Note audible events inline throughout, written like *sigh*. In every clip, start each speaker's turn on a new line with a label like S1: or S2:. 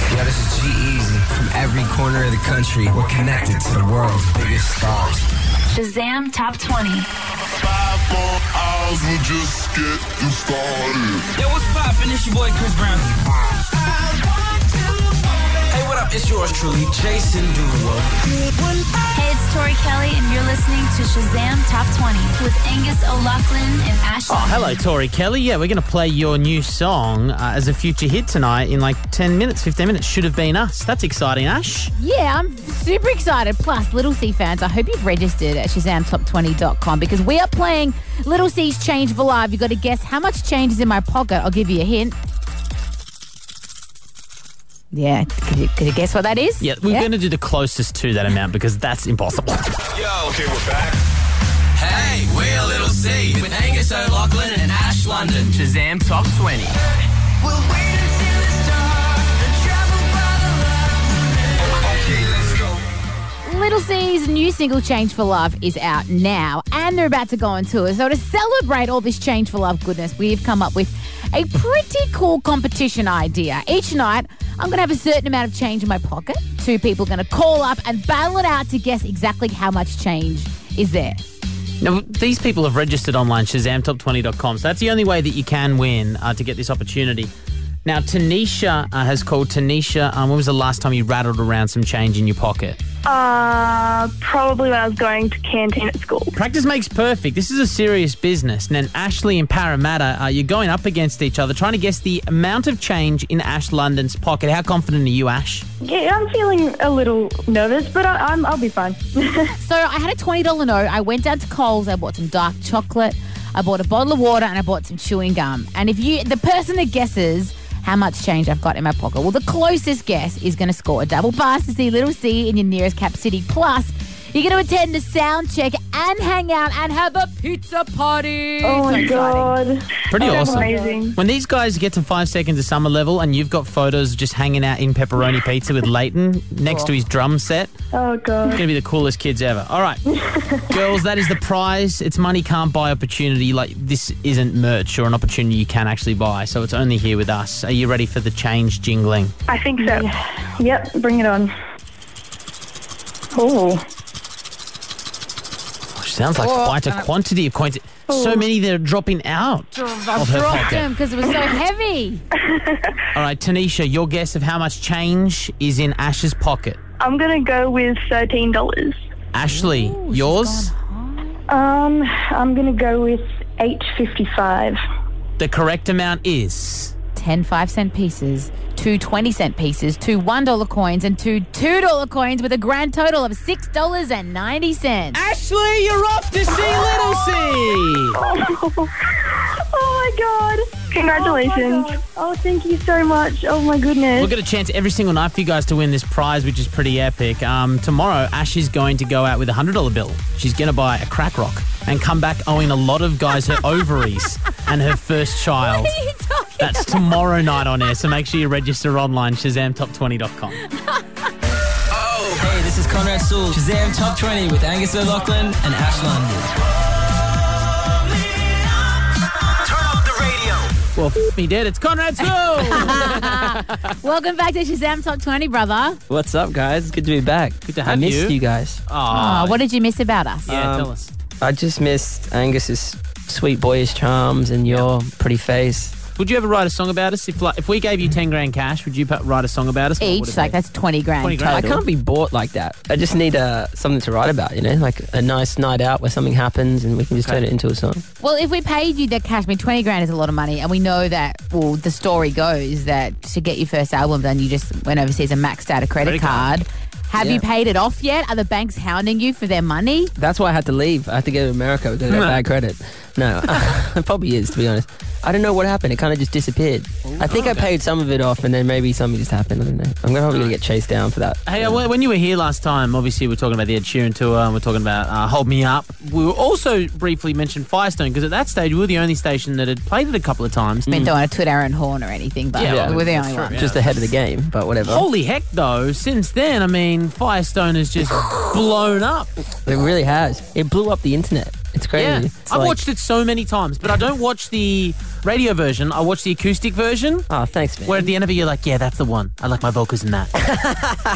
S1: G Easy. From every corner of the country, we're connected to the world's biggest stars.
S2: Shazam Top 20.
S3: Five more hours, we'll just get you started.
S4: Yo, what's poppin'? It's your boy Chris Brown. Hey, what up? It's yours truly, Jason Derulo.
S2: Hey, it's Tori Kelly, and you're listening to Shazam Top 20 with Angus O'Loughlin and Ashley.
S5: Oh, hello, Tori Kelly. Yeah, we're going to play your new song uh, as a future hit tonight in like 10 minutes, 15 minutes. Should have been us. That's exciting, Ash.
S6: Yeah, I'm super excited. Plus, Little C fans, I hope you've registered at ShazamTop20.com because we are playing Little C's Change for Live. You've got to guess how much change is in my pocket. I'll give you a hint. Yeah, could you, could you guess what that is?
S5: Yeah, we're going to do the closest to that amount because that's impossible. *laughs*
S4: Yo. Okay, we're back. Hey, we're Little C with Angus O'Loughlin and Ash London. Shazam Top 20.
S3: Okay, let's go.
S6: Little C's new single Change for Love is out now, and they're about to go on tour. So, to celebrate all this Change for Love goodness, we've come up with a pretty cool competition idea. Each night, I'm going to have a certain amount of change in my pocket. Two people are going to call up and battle it out to guess exactly how much change is there.
S5: Now, these people have registered online, shazamtop20.com. So that's the only way that you can win uh, to get this opportunity. Now, Tanisha uh, has called. Tanisha, um, when was the last time you rattled around some change in your pocket?
S7: Uh, probably when I was going to canteen at school.
S5: Practice makes perfect. This is a serious business. And then Ashley and Parramatta, uh, you're going up against each other, trying to guess the amount of change in Ash London's pocket. How confident are you, Ash?
S7: Yeah, I'm feeling a little nervous, but I, I'm, I'll be *laughs* fine.
S6: So I had a twenty dollar note. I went down to Coles. I bought some dark chocolate. I bought a bottle of water and I bought some chewing gum. And if you, the person that guesses how much change I've got in my pocket, well, the closest guess is going to score a double pass to see Little C in your nearest Cap City. Plus, you're going to attend the sound check and hang out and have a pizza party.
S7: oh my god.
S5: Pretty
S8: Oh,
S7: That's
S5: awesome.
S7: amazing.
S5: When these guys get to five seconds of summer level and you've got photos just hanging out in pepperoni pizza with Leighton next to his drum set,
S7: Oh god.
S5: Gonna be the coolest kids ever. All right, girls, that is the prize. It's money can't buy opportunity. Like this isn't merch or an opportunity you can actually buy. So it's only here with us. Are you ready for the change jingling?
S7: I think so. Yep, bring it on. Oh.
S5: Which sounds like quite a quantity of coins. So many that are dropping out of her
S6: Dropped
S5: pocket.
S6: him because it was so heavy.
S5: All right, Tanisha, your guess of how much change is in Ash's pocket.
S7: I'm gonna go with thirteen dollars.
S5: Ashley, yours.
S7: Um, I'm gonna go with eight *laughs* fifty-five.
S5: The correct amount is.
S6: 10 5 cent pieces, two 20 cent pieces, two $1 coins, and two $2 coins with a grand total of $6.90.
S5: Ashley, you're off to see Little C.
S7: Oh my god! Congratulations! Oh, thank you so much. Oh my goodness!
S5: We'll get a chance every single night for you guys to win this prize, which is pretty epic. Um, tomorrow, Ash is going to go out with a $100 bill. She's going to buy a crack rock and come back owing a lot of guys
S6: *laughs*
S5: her ovaries and her first child.
S6: What are you talking
S5: That's tomorrow night on air, so make sure you register online, shazamtop20.com.
S4: Oh. Hey, this is Conrad Sewell. Shazam Top 20 with Angus O'Loughlin and Ash London. Turn up the radio.
S5: Well, f- me dead, it's Conrad's
S6: *laughs*
S5: School!
S6: Welcome back to Shazam Top 20, brother.
S9: What's up, guys? It's good to be back.
S5: Good to have
S9: I missed
S5: you.
S9: you, guys.
S5: Aw,
S6: Oh, what did you miss about us?
S5: yeah,
S9: Um,
S5: tell us.
S9: I just missed Angus's sweet boyish charms and your pretty face.
S5: Would you ever write a song about us? If like, if we gave you 10 grand cash, would you pu- write a song about us? What would
S6: Each,
S5: it
S6: like,
S5: be?
S6: that's 20 grand.
S5: 20 grand.
S9: I
S6: total.
S9: can't be bought like that. I just need uh, something to write about, you know, like a nice night out where something happens and we can just
S5: Okay.
S9: turn it into a song.
S6: Well, if we paid you that cash, I mean, 20 grand is a lot of money. And we know that, well, the story goes that to get your first album done, you just went overseas and maxed out a credit,
S5: Credit card.
S6: card. Have you
S9: Yeah.
S6: paid it off yet? Are the banks hounding you for their money?
S9: That's why I had to leave. I had to go to America because I got
S5: No.
S9: bad credit. No, *laughs* it probably is to be honest. I don't know what happened. It kind of just disappeared. I think I paid some of it off, and then maybe something just happened. I don't know. I'm probably gonna get chased down for that.
S5: Hey, uh, wh- when you were here last time, obviously we are talking about the Ed Sheeran tour and we're talking about uh, Hold Me Up. We were also briefly mentioned Firestone because at that stage we were the only station that had played it a couple of times.
S6: I mean, don't want to toot our own horn or anything, but
S5: Mm. Yeah,
S6: we're the
S5: that's
S6: only
S5: true,
S6: one. *laughs*
S5: yeah.
S9: Just ahead of the game, but whatever.
S5: Holy heck, though, since
S9: *sighs*
S5: then, I mean, Firestone has just blown up.
S9: It really has. It blew up the internet. It's crazy.
S5: Yeah,
S9: It's
S5: I've
S9: like-
S5: watched it so many times, but I don't watch the radio version. I watch the acoustic version,
S9: Oh, thanks, man.
S5: where at the end of it, you're like, yeah, that's the one. I like my vocals in that.
S9: *laughs*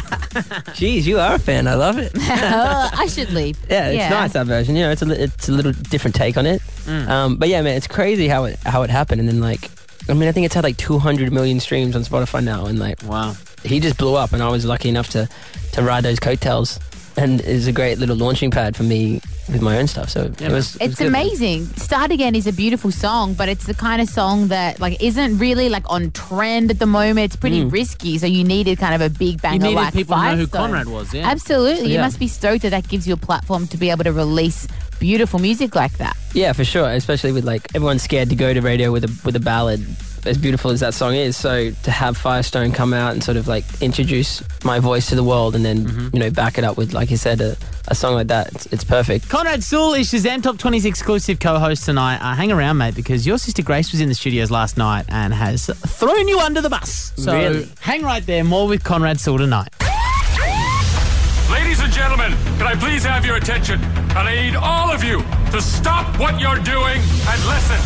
S9: Jeez, you are a fan. I love *laughs* it.
S6: Uh, I should leave.
S9: Yeah, it's nice that version. You know, it's a li- it's a little different take on it. Um, but yeah, man, it's crazy how it how it happened, and then like. I mean, I think it's had like 200 million streams on Spotify now, and like
S5: wow.
S9: he just blew up, and I was lucky enough to to ride those coattails, and it was a great little launching pad for me with my own stuff. So
S5: Yeah,
S9: it was. it was
S6: It's
S9: good, man.
S6: amazing. Start Again is a beautiful song, but it's the kind of song that like isn't really like on trend at the moment. It's pretty risky, so you needed kind of a big banger.
S5: Hmm. needed
S6: like
S5: people to know who
S6: Firestone.
S5: Conrad was, yeah.
S6: absolutely. You
S9: Yeah.
S6: must be stoked that that gives you a platform to be able to release beautiful music like that.
S9: Yeah, for sure. Especially with like everyone's scared to go to radio with a with a ballad as beautiful as that song is. So to have Firestone come out and sort of like introduce my voice to the world, and then you know back it up with like you said a, a song like that, it's, it's perfect.
S5: Conrad Sewell is Shazam Top 20's exclusive co-host tonight. Uh, hang around, mate, because your sister Grace was in the studios last night and has thrown you under the bus. So
S9: Really?
S5: hang right there. More with Conrad Sewell tonight.
S10: Ladies and gentlemen, can I please have your attention? And I need all of you to stop what you're doing and listen.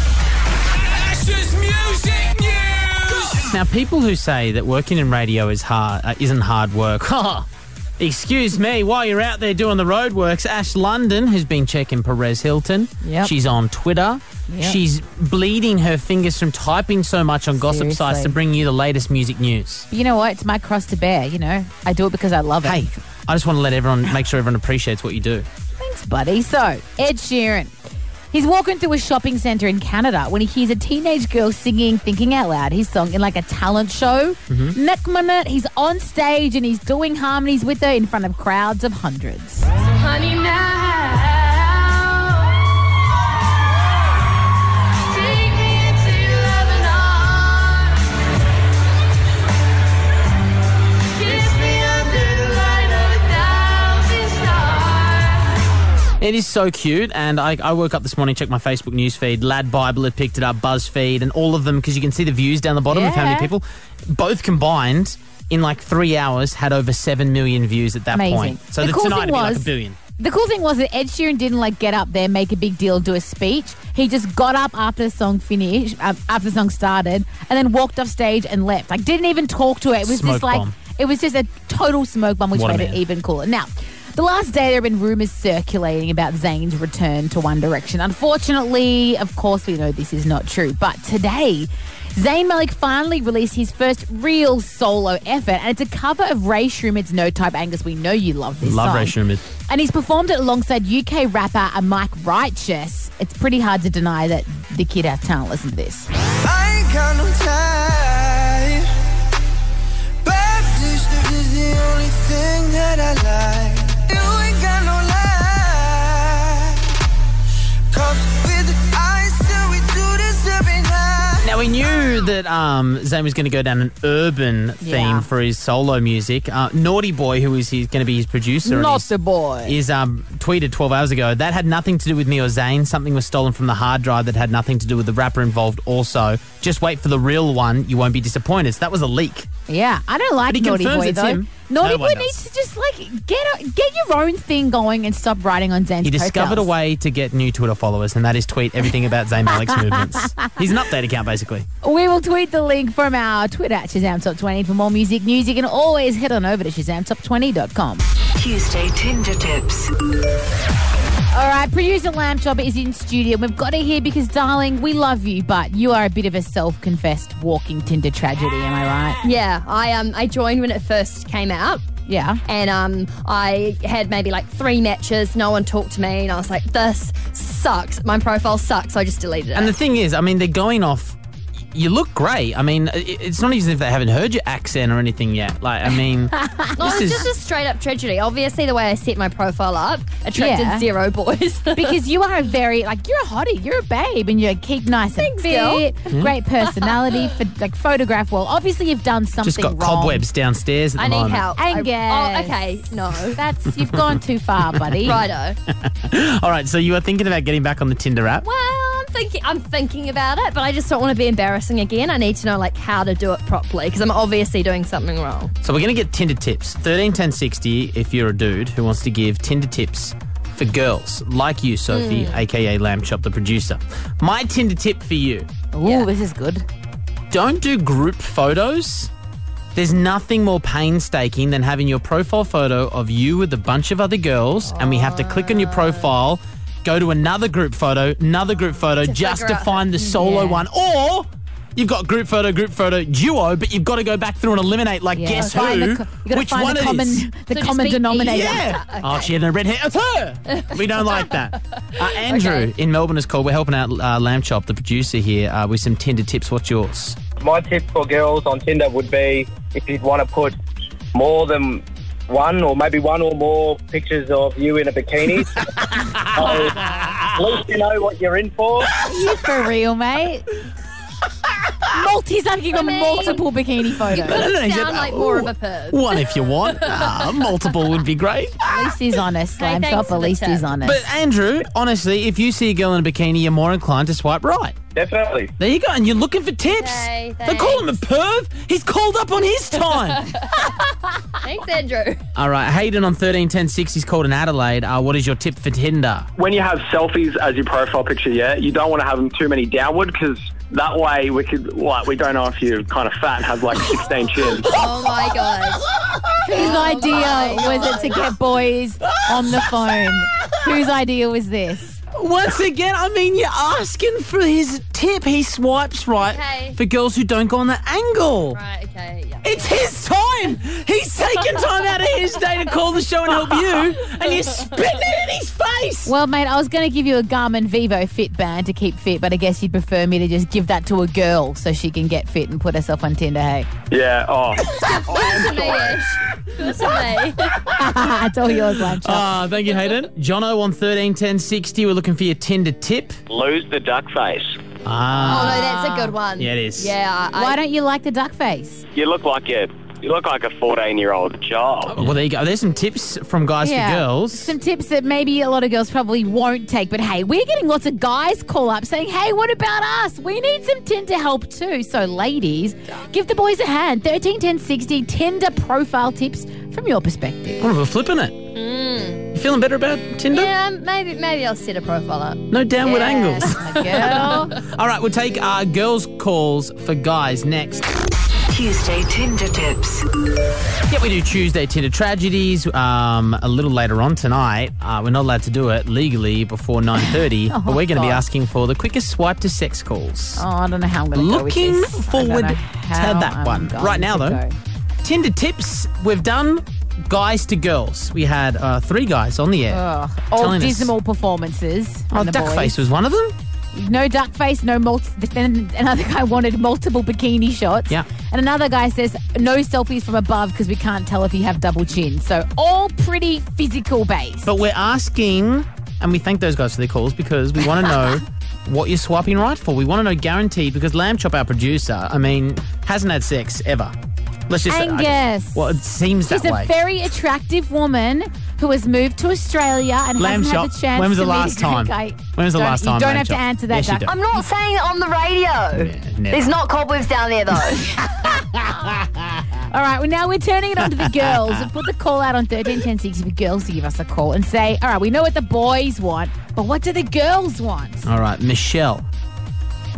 S4: Ash's Music News!
S5: Now, people who say that working in radio is hard uh, isn't hard work. *laughs* Excuse me, while you're out there doing the roadworks, Ash London has been checking Perez Hilton.
S6: Yep.
S5: She's on Twitter.
S6: Yep.
S5: She's bleeding her fingers from typing so much on gossip sites
S6: Seriously.
S5: to bring you the latest music news.
S6: But you know what? It's my cross to bear. You know, I do it because I love it.
S5: Hey, I just want to let everyone make sure everyone appreciates what you do.
S6: Thanks, buddy. So, Ed Sheeran. He's walking through a shopping centre in Canada when he hears a teenage girl singing, thinking out loud, his song in like a talent show. Next minute, he's on stage and he's doing harmonies with her in front of crowds of hundreds.
S11: Honey now, take me into your loving arms. Kiss me under the light of a thousand stars.
S5: It is so cute, and I, I woke up this morning, checked my Facebook news feed. Lad Bible had picked it up, BuzzFeed, and all of them because you can see the views down the bottom of how many
S6: Yeah.
S5: people. Both combined in like three hours had over seven million views at that
S6: Amazing.
S5: point. So
S6: The
S5: the
S6: cool
S5: tonight
S6: thing
S5: would be like a
S6: was-
S5: billion.
S6: The cool thing was that Ed Sheeran didn't like get up there, make a big deal, do a speech. He just got up after the song finished, um, after the song started, and then walked off stage and left. Like didn't even talk to her. It was
S5: Smoke
S6: just like
S5: bomb.
S6: it was just a total smoke bomb, which
S5: What a
S6: made it
S5: man.
S6: even cooler. Now. The last day, there have been rumors circulating about Zayn's return to One Direction. Unfortunately, of course, we know this is not true. But today, Zayn Malik finally released his first real solo effort, and it's a cover of Ray Schumer's "No Type Angus." We know you love this
S5: Love
S6: song.
S5: Ray Schumer.
S6: And he's performed it alongside UK rapper uh, Mike Righteous. It's pretty hard to deny that the kid has talent. Listen to this.
S1: I ain't got no time. Baptist is the only thing that I like. You ain't got no life. Cups with ice, and we do this every night.
S5: Now we knew that um, Zayn was going to go down an urban
S6: Yeah.
S5: theme for his solo music. Uh, Naughty Boy, who is his, going to be his producer, and
S6: Not
S5: his-
S6: the boy.
S5: is um, tweeted 12 hours ago that had nothing to do with me or Zayn. Something was stolen from the hard drive that had nothing to do with the rapper involved. Also, just wait for the real one. You won't be disappointed. So that was a leak.
S6: Yeah, I don't like
S5: But he
S6: Naughty
S5: confirms
S6: Boy
S5: it's
S6: though.
S5: him.
S6: Naughty
S5: No
S6: Boy
S5: one does.
S6: needs to just like get a, get your own thing going and stop writing on Zane's
S5: He discovered a way to get new Twitter followers, and that is tweet everything about Zayn
S11: *laughs*
S5: Malik's movements. He's an update account, basically.
S6: We will tweet the link from our Twitter at Shazam Top 20 for more music news. You can always head on over to ShazamTop20.com.
S12: Tuesday Tinder tips.
S6: All right, producer Lamb Chopper is in studio. We've got her here because, darling, we love you, but you are a bit of a self-confessed walking Tinder tragedy. Am I right?
S11: Yeah, I um I joined when it first came out.
S6: Yeah.
S11: And um, I had maybe like three matches. No one talked to me, and I was like, "This sucks. My profile sucks." So I just deleted it.
S5: And the thing is, I mean, they're going off. You look great. I mean, i- it's not even if they haven't heard your accent or anything yet. Like,
S11: *laughs*
S5: I mean,
S11: No, it's
S5: this is.
S11: just a straight up tragedy. Obviously, the way I set my profile up attracted
S6: Yeah.
S11: zero boys. *laughs*
S6: because you are a very like you're a hottie, you're a babe, and you keep nice and
S11: Thanks,
S6: fit,
S5: Hmm?
S6: great personality *laughs* for like photograph well. Obviously, you've done something
S5: just got
S6: wrong.
S5: cobwebs downstairs at the
S11: I need
S5: moment.
S11: help. I-
S6: Angus.
S11: oh, okay. No.
S6: That's you've gone too far,
S11: *laughs*
S6: buddy.
S11: Righto.
S5: All right, so you were thinking about getting back on the Tinder app.
S11: Well, I'm thinking. I'm thinking about it, but I just don't want to be embarrassing again. I need to know like how to do it properly because I'm obviously doing something wrong.
S5: So we're going to get Tinder tips. 131060 if you're a dude who wants to give Tinder tips for girls like you, Sophie,
S6: Mm.
S5: aka Lamb Chop, the producer. My Tinder tip for you.
S6: Ooh, this is good.
S5: Don't do group photos. There's nothing more painstaking than having your profile photo of you with a bunch of other girls, and we have to click on your profile, go to another group photo, another group photo, just to
S13: figure out-
S5: find the solo
S13: Yeah.
S5: one. Or you've got group photo, group photo, duo, but you've got to go back through and eliminate, like,
S6: Yeah.
S5: guess
S6: Find the
S5: who?
S6: co- you gotta
S5: which
S6: find
S5: one
S6: the
S5: it
S6: common-
S5: is.
S6: the So just common be denominator. easy. *laughs*
S5: Yeah. Oh, she had a red hair. It's her. We don't like that. Uh, Andrew in Melbourne is called. We're helping out uh, Lamb Chop, the producer here, uh, with some Tinder tips. What's yours?
S14: My tip for girls on Tinder would be if you'd want to put more than one or maybe one or more pictures of you in a
S15: *laughs*
S14: bikini. so, at least you know what you're in for.
S6: You for real,
S5: *laughs*
S6: mate? Multi something got multiple bikini photos.
S5: No, no, no, he said, uh,
S11: "Oh,
S5: ooh, One if you want. Ah, multiple would be great. Ah,
S6: At least he's honest, Slam Shop. At least he's honest.
S5: But Andrew, honestly, if you see a girl in a bikini, you're more inclined to swipe right.
S14: Definitely.
S5: There you go, and you're looking for tips. they call him a perv. He's called up on his time.
S11: Thanks, *laughs* Andrew.
S5: All right, Hayden on thirteen ten six. He's called in Adelaide. Uh, what is your tip for Tinder?
S15: when you have selfies as your profile picture, yeah, you don't want to have them too many downward because that way we could like we don't know if you're kind of fat and have like 16 chins.
S11: Oh my god.
S6: Whose idea
S11: Oh, my
S6: was it to get boys on the phone? Whose idea was this?
S5: Once again, I mean, you're asking for his tip. He swipes right
S11: Okay.
S5: for girls who don't go on that angle.
S11: Right, okay, yeah.
S5: It's his time. He's taking time out of his day to call the show and help you, and you're spitting it in his face.
S6: Well, mate, I was going to give you a Garmin Vivo Fit Band to keep fit, but I guess you'd prefer me to just give that to a girl so she can get fit and put herself on Tinder. Hey, *laughs*
S15: Yeah. Oh.
S6: it's all yours, Lamb Chop.
S5: Ah, thank you, Hayden. Jono on thirteen ten sixty. We're looking for your Tinder tip.
S16: Lose the duck face.
S5: Ah,
S11: oh no, that's a good one.
S5: Yeah, it is.
S11: Yeah. Oh, I,
S6: Why don't you like the duck face?
S16: You look like a you look like a fourteen year old child.
S5: well, there you go. There's some tips from guys for girls.
S6: Some tips that maybe a lot of girls probably won't take, but hey, we're getting lots of guys call up saying, hey, what about us? We need some Tinder help too. So, ladies, give the boys a hand. 131060 Tinder profile tips from your perspective.
S5: What if we're flipping it?
S11: Mm.
S5: You feeling better about Tinder?
S11: Yeah, maybe maybe I'll set a profile up.
S5: No downward
S11: Yeah, *laughs*
S5: angles.
S11: my girl.
S5: *laughs* All right, we'll take uh, girls' calls for guys next.
S12: Tuesday Tinder tips.
S5: Yeah, we do Tuesday Tinder tragedies. Um, a little later on tonight, uh, we're not allowed to do it legally before nine thirty,
S6: *laughs* Oh,
S5: but we're going to be
S6: God.
S5: asking for the quickest swipe to sex calls.
S6: Oh, I don't know how I'm going to go with
S5: Looking
S6: this. I don't know
S5: forward to
S6: how
S5: that
S6: I'm
S5: one.
S6: going
S5: Right now,
S6: to
S5: though,
S6: go.
S5: Tinder tips. We've done guys to girls. We had uh, three guys on the air.
S6: Ugh. all
S5: telling us-
S6: dismal performances.
S5: Oh,
S6: from the
S5: duck
S6: boys.
S5: face was one of them.
S6: No duck face, no multi. Then another guy wanted multiple bikini shots.
S5: Yeah.
S6: And another guy says no selfies from above because we can't tell if you have double chin. So all pretty physical based.
S5: But we're asking, and we thank those guys for their calls because we want to know what you're swiping right for. We want to know guaranteed because Lamb Chop, our producer, I mean, hasn't had sex ever. Let's just say- I just-
S6: Angus.
S5: well, it seems
S6: She's
S5: that
S6: a
S5: way.
S6: very attractive woman who has moved to Australia and
S5: Lamb
S6: hasn't
S5: chop.
S6: had the chance.
S5: When was the
S6: to meet a *laughs*
S5: last
S6: great
S5: time?
S6: guy.
S5: When was the
S6: Don't-
S5: last
S6: You
S5: time,
S6: don't
S5: Lamb
S6: have to
S5: chop?
S6: answer that.
S5: Yes, you
S6: duck.
S5: do.
S17: I'm not saying it on the radio.
S5: never.
S17: There's not cobwebs down there though. *laughs*
S6: All right, well, now we're turning it
S5: *laughs*
S6: on to the girls. We've put the call out on 131060 for girls to give us a call and say, all right, we know what the boys want, but what do the girls want?
S5: All right, Michelle,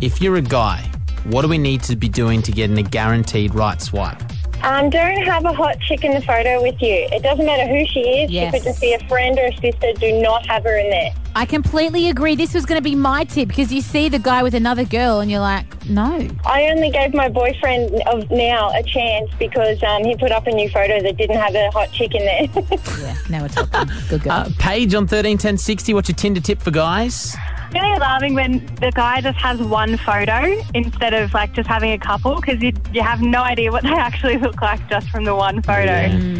S5: if you're a guy, what do we need to be doing to get in a guaranteed right swipe?
S18: Um, don't have a hot chick in the photo with you. It doesn't matter who she is.
S6: Yes.
S18: She could just be a friend or a sister. Do not have her in there.
S6: I completely agree. This was going to be my tip because you see the guy with another girl and you're like, no.
S18: I only gave my boyfriend of now a chance because um, he put up a new photo that didn't have a hot chick in there. *laughs*
S6: Now we're talking. Good
S5: *laughs*
S6: girl.
S5: Uh, Paige on 131060, what's your Tinder tip for guys?
S8: really alarming when the guy just has one photo instead of like just having a couple because you, you have no idea what they *laughs* actually look like just from the one photo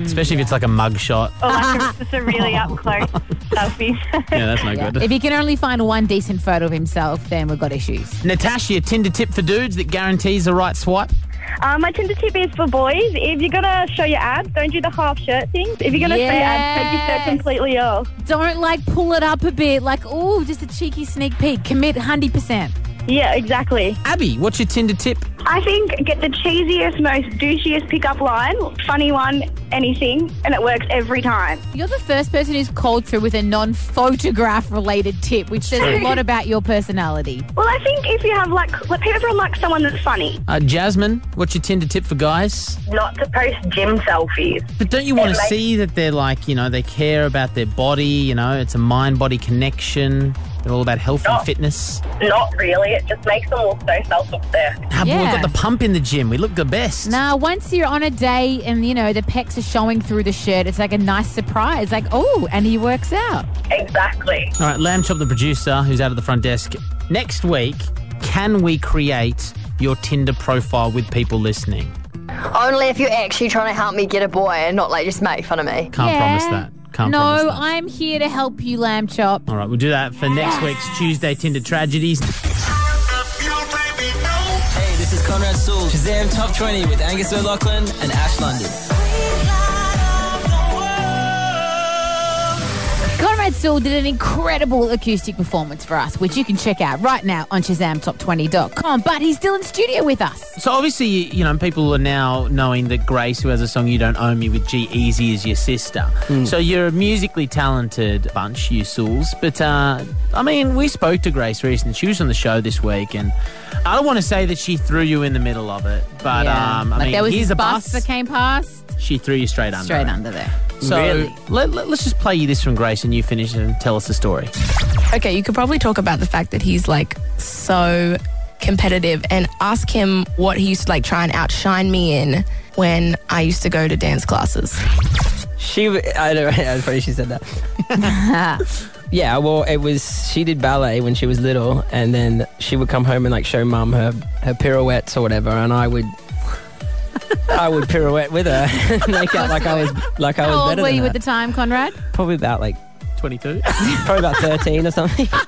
S5: Especially if it's like a mug shot.
S8: or like a, just a really up close selfie. *laughs*
S5: Yeah, that's no Uh, good.
S6: if he can only find one decent photo of himself, then we've got issues.
S5: Natasha, your Tinder tip for dudes that guarantees a right swipe?
S7: Um, my Tinder tip is for boys. If you're gonna show your abs, don't do the half shirt thing. If you're gonna say abs, take your shirt completely off.
S6: Don't like pull it up a bit, like, oh, just a cheeky sneak peek. Commit 100%.
S8: Yeah, exactly.
S5: Abby, what's your Tinder tip?
S8: I think get the cheesiest, most douchiest pickup line, funny one, anything, and it works every time.
S6: You're the first person who's called through with a non photograph related tip, which says a lot about your personality.
S8: Well, I think if you have like, like people like someone that's funny.
S5: Uh, Jasmine, what's your Tinder tip for guys?
S13: Not to post gym selfies.
S5: But don't you want to
S13: It makes-
S5: see that they're like, you know, they care about their body, you know, it's a mind body connection. They're all about health and fitness.
S13: Not really. It just makes them look so self-obsessed.
S5: Ah, but
S6: Yeah.
S5: We've got the pump in the gym. We look the best.
S6: Now, once you're on a day and, you know, the pecs are showing through the shirt, it's like a nice surprise. Like, oh, and he works out.
S13: Exactly.
S5: All right, Lamb Chop, the producer, who's out at the front desk. Next week, can we create your Tinder profile with people listening?
S17: Only if you're actually trying to help me get a boy and not like just make fun of me.
S5: Can't promise that. Can't
S6: no,
S5: promise
S6: I'm here to help you, Lamb Chop.
S5: All right, we'll do that for next week's Tuesday Tinder tragedies.
S4: Hey, this is Conrad Sewell. Shazam Top 20 with Angus O'Loughlin and Ash London.
S6: Conrad Sewell did an incredible acoustic performance for us, which you can check out right now on ShazamTop20.com. But he's still in studio with us.
S5: So obviously, you you know, people are now knowing that Grace, who has a song "You Don't Own Me" with G Easy, is your sister.
S6: Hmm.
S5: So you're a musically talented bunch, you souls. But uh, I mean, we spoke to Grace recently. She was on the show this week, and I don't want to say that she threw you in the middle of it, but
S6: Yeah.
S5: um, I
S6: like
S5: mean,
S6: there was
S5: here's
S6: this
S5: a bus.
S6: that came past,
S5: She threw you straight under.
S6: straight
S5: it.
S6: under there.
S5: So let, let, us just play you this from Grace, and you finish it and tell us the story.
S19: Okay, you could probably talk about the fact that he's like so competitive and ask him what he used to like try and outshine me in when I used to go to dance classes.
S9: She, w- I *laughs* don't. It's funny she said
S6: *laughs*
S9: that. yeah, well, it was. She did ballet when she was little, and then she would come home and like show mum her her pirouettes or whatever, and I would, I would pirouette with her, *laughs* and make out like I was like I was
S6: How old
S9: better
S6: were
S9: than
S6: you
S9: her.
S6: at the time, Conrad?
S9: Probably about like
S5: *laughs* twenty-two,
S9: probably about thirteen or something. *laughs*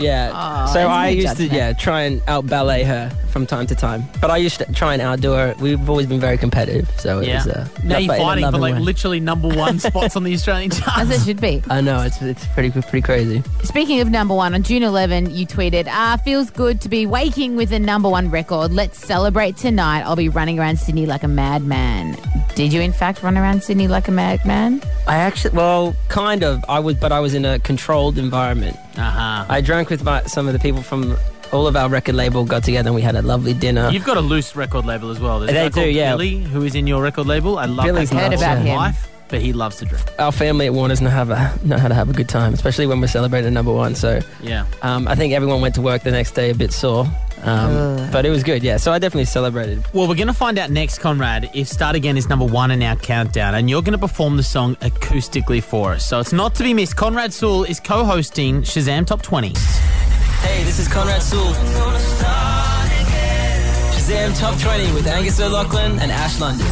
S9: yeah.
S6: Aw,
S9: so
S6: there's
S9: I
S6: no
S9: used
S6: judgment.
S9: to yeah try and out ballet her from time to time, but I used to try and outdo her. We've always been very competitive, so it was. Uh,
S5: now
S9: but
S5: you're
S9: in a
S5: fighting for
S9: loving
S5: like
S9: way.
S5: literally number
S6: *laughs*
S5: one spots on the Australian chart.
S6: As it should be.
S9: I know it's it's pretty pretty crazy.
S6: Speaking of number one, on June 11, you tweeted, "Ah, feels good to be waking with a number one record. Let's celebrate tonight. I'll be running around Sydney like a madman." Did you in fact run around Sydney like a madman?
S9: I actually, well, kind of. I was, but I was in a controlled environment.
S5: Uh-huh.
S9: I drank with my, some of the people from all of our record label. Got together and we had a lovely dinner.
S5: You've got a loose record label as well. There's a
S9: They
S5: guy
S9: do,
S5: called
S9: yeah.
S5: Billy, who is in your record label. I love
S9: Billy's
S5: that
S9: nuts,
S5: guy.
S9: yeah.
S5: He's a
S9: him.
S5: wife, but he loves to drink.
S9: our family at Warner's know how to know how to have a good time, especially when we're celebrating number one. So,
S5: Yeah.
S9: um, I think everyone went to work the next day a bit sore, um,
S5: Ugh.
S9: but it was good. Yeah, so I definitely celebrated.
S5: Well, we're going to find out next, Conrad, if Start Again is number one in our countdown, and you're going to perform the song acoustically for us. So it's not to be missed. Conrad Sewell is co hosting Shazam Top 20.
S4: Hey, this is Conrad Sewell. Shazam Top 20 with Angus O'Loughlin and Ash London.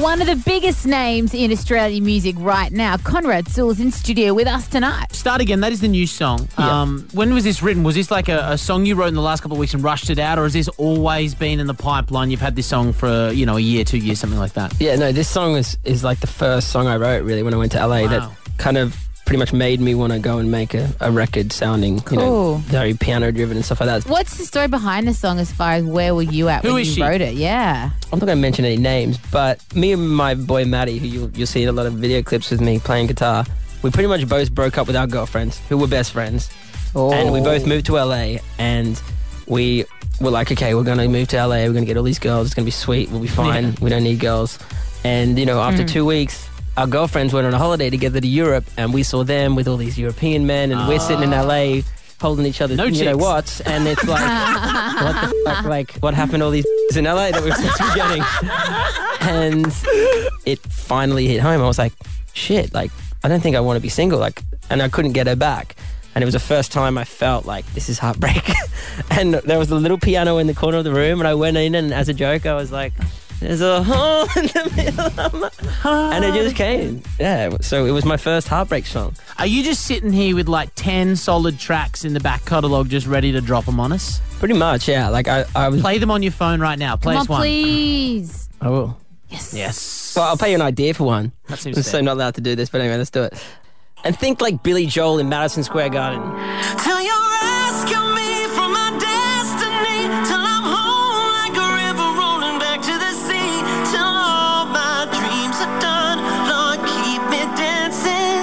S6: One of the biggest names in Australian music right now, Conrad Sewell, is in studio with us tonight.
S5: Start Again, that is the new song. Um, when was this written? Was this like a, a song you wrote in the last couple of weeks and rushed it out, or has this always been in the pipeline? You've had this song for, you know, a year, two years, something like that.
S9: Yeah, no, this song is is like the first song I wrote really when I went to LA.
S5: Wow.
S9: That kind of pretty much made me want to go and make a, a record sounding, you
S6: Cool.
S9: know, very piano driven and stuff like that.
S6: What's the story behind the song as far as where were you at
S9: Who
S6: when
S9: is
S6: you
S9: she?
S6: wrote it? Yeah.
S9: I'm not going to mention any names, but me and my boy Maddie, who you'll, you'll see in a lot of video clips with me playing guitar, we pretty much both broke up with our girlfriends, who were best friends. And we both moved to LA, and we were like, okay, we're going to move to LA, we're going to get all these girls, it's going to be sweet, we'll be fine, we don't need girls. And, you know, after
S20: Mm.
S9: two weeks, our girlfriends went on a holiday together to Europe, and we saw them with all these European men, and we're sitting in LA holding each other's,
S5: No
S9: you know
S5: chicks.
S9: what, and it's
S5: *laughs*
S9: like, what the fuck? Like, what happened to all these *laughs* in LA that we were supposed to be getting? And it finally hit home. I was like, shit, like, I don't think I want to be single. Like, and I couldn't get her back. And it was the first time I felt like this is heartbreak. *laughs* and there was a little piano in the corner of the room, and I went in, and as a joke, I was like, there's a hole *laughs* in the middle of my And it just came. Yeah. So it was my first heartbreak song.
S5: Are you just sitting here with like 10 solid tracks in the back catalogue just ready to drop them on us?
S9: Pretty much, yeah. Like I, I was...
S5: Play them on your phone right now. Play
S6: Come on,
S5: us one.
S6: please.
S9: I will.
S6: Yes.
S5: Yes.
S9: Well, I'll pay you an idea for one.
S5: That seems
S9: I'm
S5: fair.
S9: so not allowed to do this, but anyway, let's do it. And think like Billy Joel in Madison Square Garden.
S1: Till your eyes rescue me from my destiny till I'm home like a river rolling back to the sea. Till all my dreams are done, Lord, keep me dancing.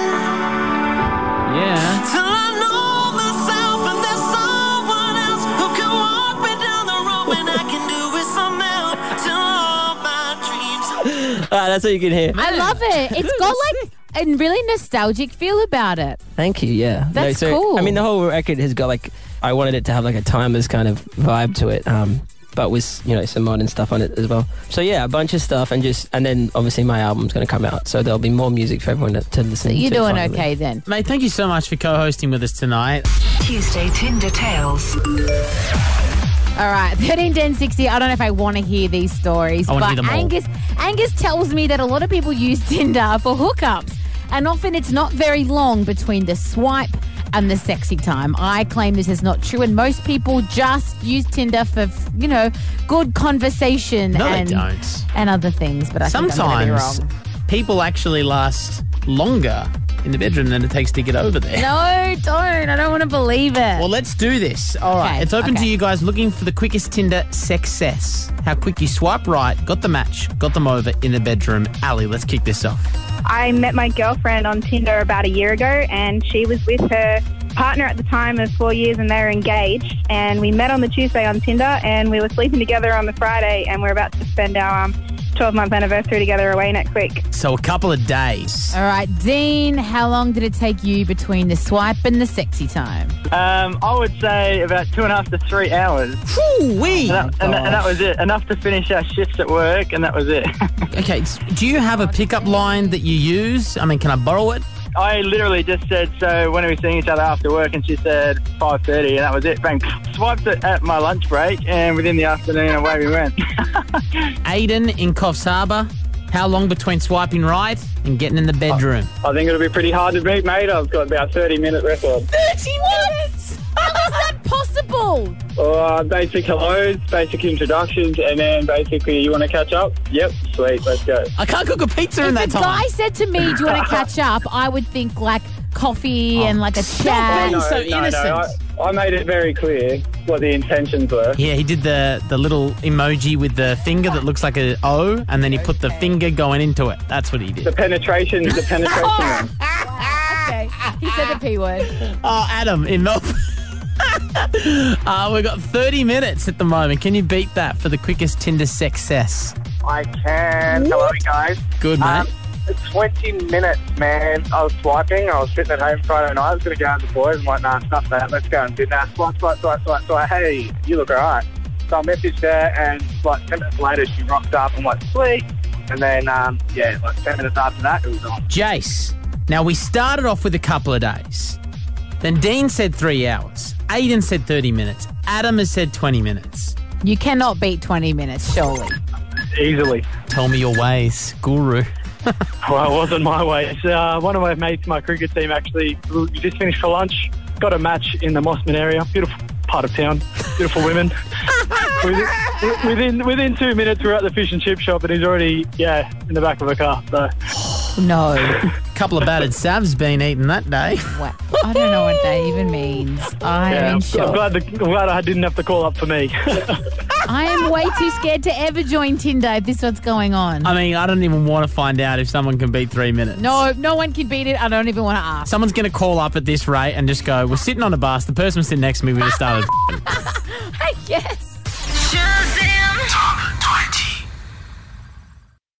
S5: Yeah.
S1: Till I know myself and there's someone else who can walk me down the road when I can do it somehow. Till all my dreams are
S9: *laughs* Ah, that's all you can hear.
S6: I love it. It's got like a really nostalgic feel about it.
S9: Thank you. Yeah,
S6: That's cool.
S9: I mean, the whole record has got like I wanted it to have like a timers kind of vibe to it, um, but with you know some modern stuff on it as well. So yeah, a bunch of stuff, and just and then obviously my album's going to come out, so there'll be more music for everyone to, to listen. to finally.
S6: then.
S5: Mate, thank you so much for co hosting with us tonight.
S12: Tuesday Tinder Tales.
S6: All right, 13, 10, 60. I don't know if I want to hear these stories,
S5: I wanna
S6: but
S5: hear them all.
S6: Angus Angus tells me that a lot of people use Tinder for hookups, and often it's not very long between the swipe and the sexy time. I claim this is not true, and most people just use Tinder for you know good conversation
S5: No, they
S6: and
S5: don't.
S6: and other things. But I think I'm gonna be
S5: Sometimes
S6: wrong.
S5: people actually last longer in the bedroom than it takes to get over there.
S6: No, don't. I don't want to believe it. Well,
S5: let's do this. All right, it's open to you guys looking for the quickest Tinder success. How quick you swipe right, got the match, got them over in the bedroom. Ali, let's kick this off.
S8: I met my girlfriend on Tinder about a year ago, and she was with her partner at the time of four years, and they were engaged. And we met on the Tuesday on Tinder, and we were sleeping together on the Friday, and we're about to spend our um, 12 month anniversary together away next week.
S5: So, a couple of days.
S6: All right, Dean, how long did it take you between the swipe and the sexy time?
S20: Um, I would say about two and a half to three hours.
S5: Woo wee!
S20: And, that- and that- and that was it. Enough to finish our shifts at work, and that was it.
S5: Okay, s- do you have a pickup line that you use? I mean, can I borrow it?
S20: I literally just said, "So when are we seeing each other after work?" And she said, 5.30, and that was it. Bang! Swiped it at my lunch break, and within the afternoon, away we went.
S5: Aiden in Coffs Harbour, how long between swiping right and getting in the bedroom?
S14: I think it'll be pretty hard to beat, mate. I've got about 30 minute record.
S6: 30 minutes? How is that possible?
S14: Uh, basic hellos, basic introductions, and then basically, you want to catch up? Yep, sweet, let's go.
S5: I can't cook a pizza
S6: if a guy said to me, "Do you want to catch up?" I would think like coffee and like a chat.
S14: I, I made it very clear what the intentions were.
S5: Yeah, he did the the little emoji with the finger that looks like a O, and then he put the finger going into it. That's what he did.
S14: The penetration, the penetration.
S6: okay, *laughs* he said the p word.
S5: Oh, Adam in Melbourne. *laughs* uh, we've got 30 minutes at the moment. Can you beat that for the quickest Tinder success?
S20: I can. Hello, guys.
S5: Good, mate.
S20: Um, 20 minutes, man. I was swiping. I was sitting at home Friday night. I was going to go out with the boys. I'm like, nah, stuff that. Let's go and do that. Swipe, swipe, swipe, swipe, swipe. Hey, you look all right. So I messaged her, and like 10 minutes later, she rocked up. I'm like, sweet. And then, um, yeah, like 10 minutes after that, it was on.
S5: Jace. Now, we started off with a couple of days. Then Dean said three hours. Aiden said 30 minutes. Adam has said 20 minutes.
S6: You cannot beat twenty minutes, surely.
S20: Easily.
S5: Tell me your ways, guru.
S20: Well, it wasn't my way. It's, uh, one of my mates, my cricket team, actually, we just finished for lunch. Got a match in the Mossman area. Beautiful part of town. Beautiful women. within, within within two minutes, we're at the fish and chip shop, and he's already yeah in the back of a car. So
S6: No.
S5: couple of battered savs been eaten that day.
S6: Wow. I don't know what that even means. I
S20: yeah,
S6: am in
S20: I'm, I'm
S6: shock.
S20: glad the, I'm glad I didn't have to call up for me. *laughs*
S6: I am way too scared to ever join Tinder if this is what's going on.
S5: *laughs* I mean, I don't even want to find out if someone can beat three minutes.
S6: No, no one can beat it. I don't even want to ask.
S5: Someone's going to call up at this rate and just go, We're sitting on a bus. The person was sitting next to me. We just started.
S6: I guess.
S1: Shazam!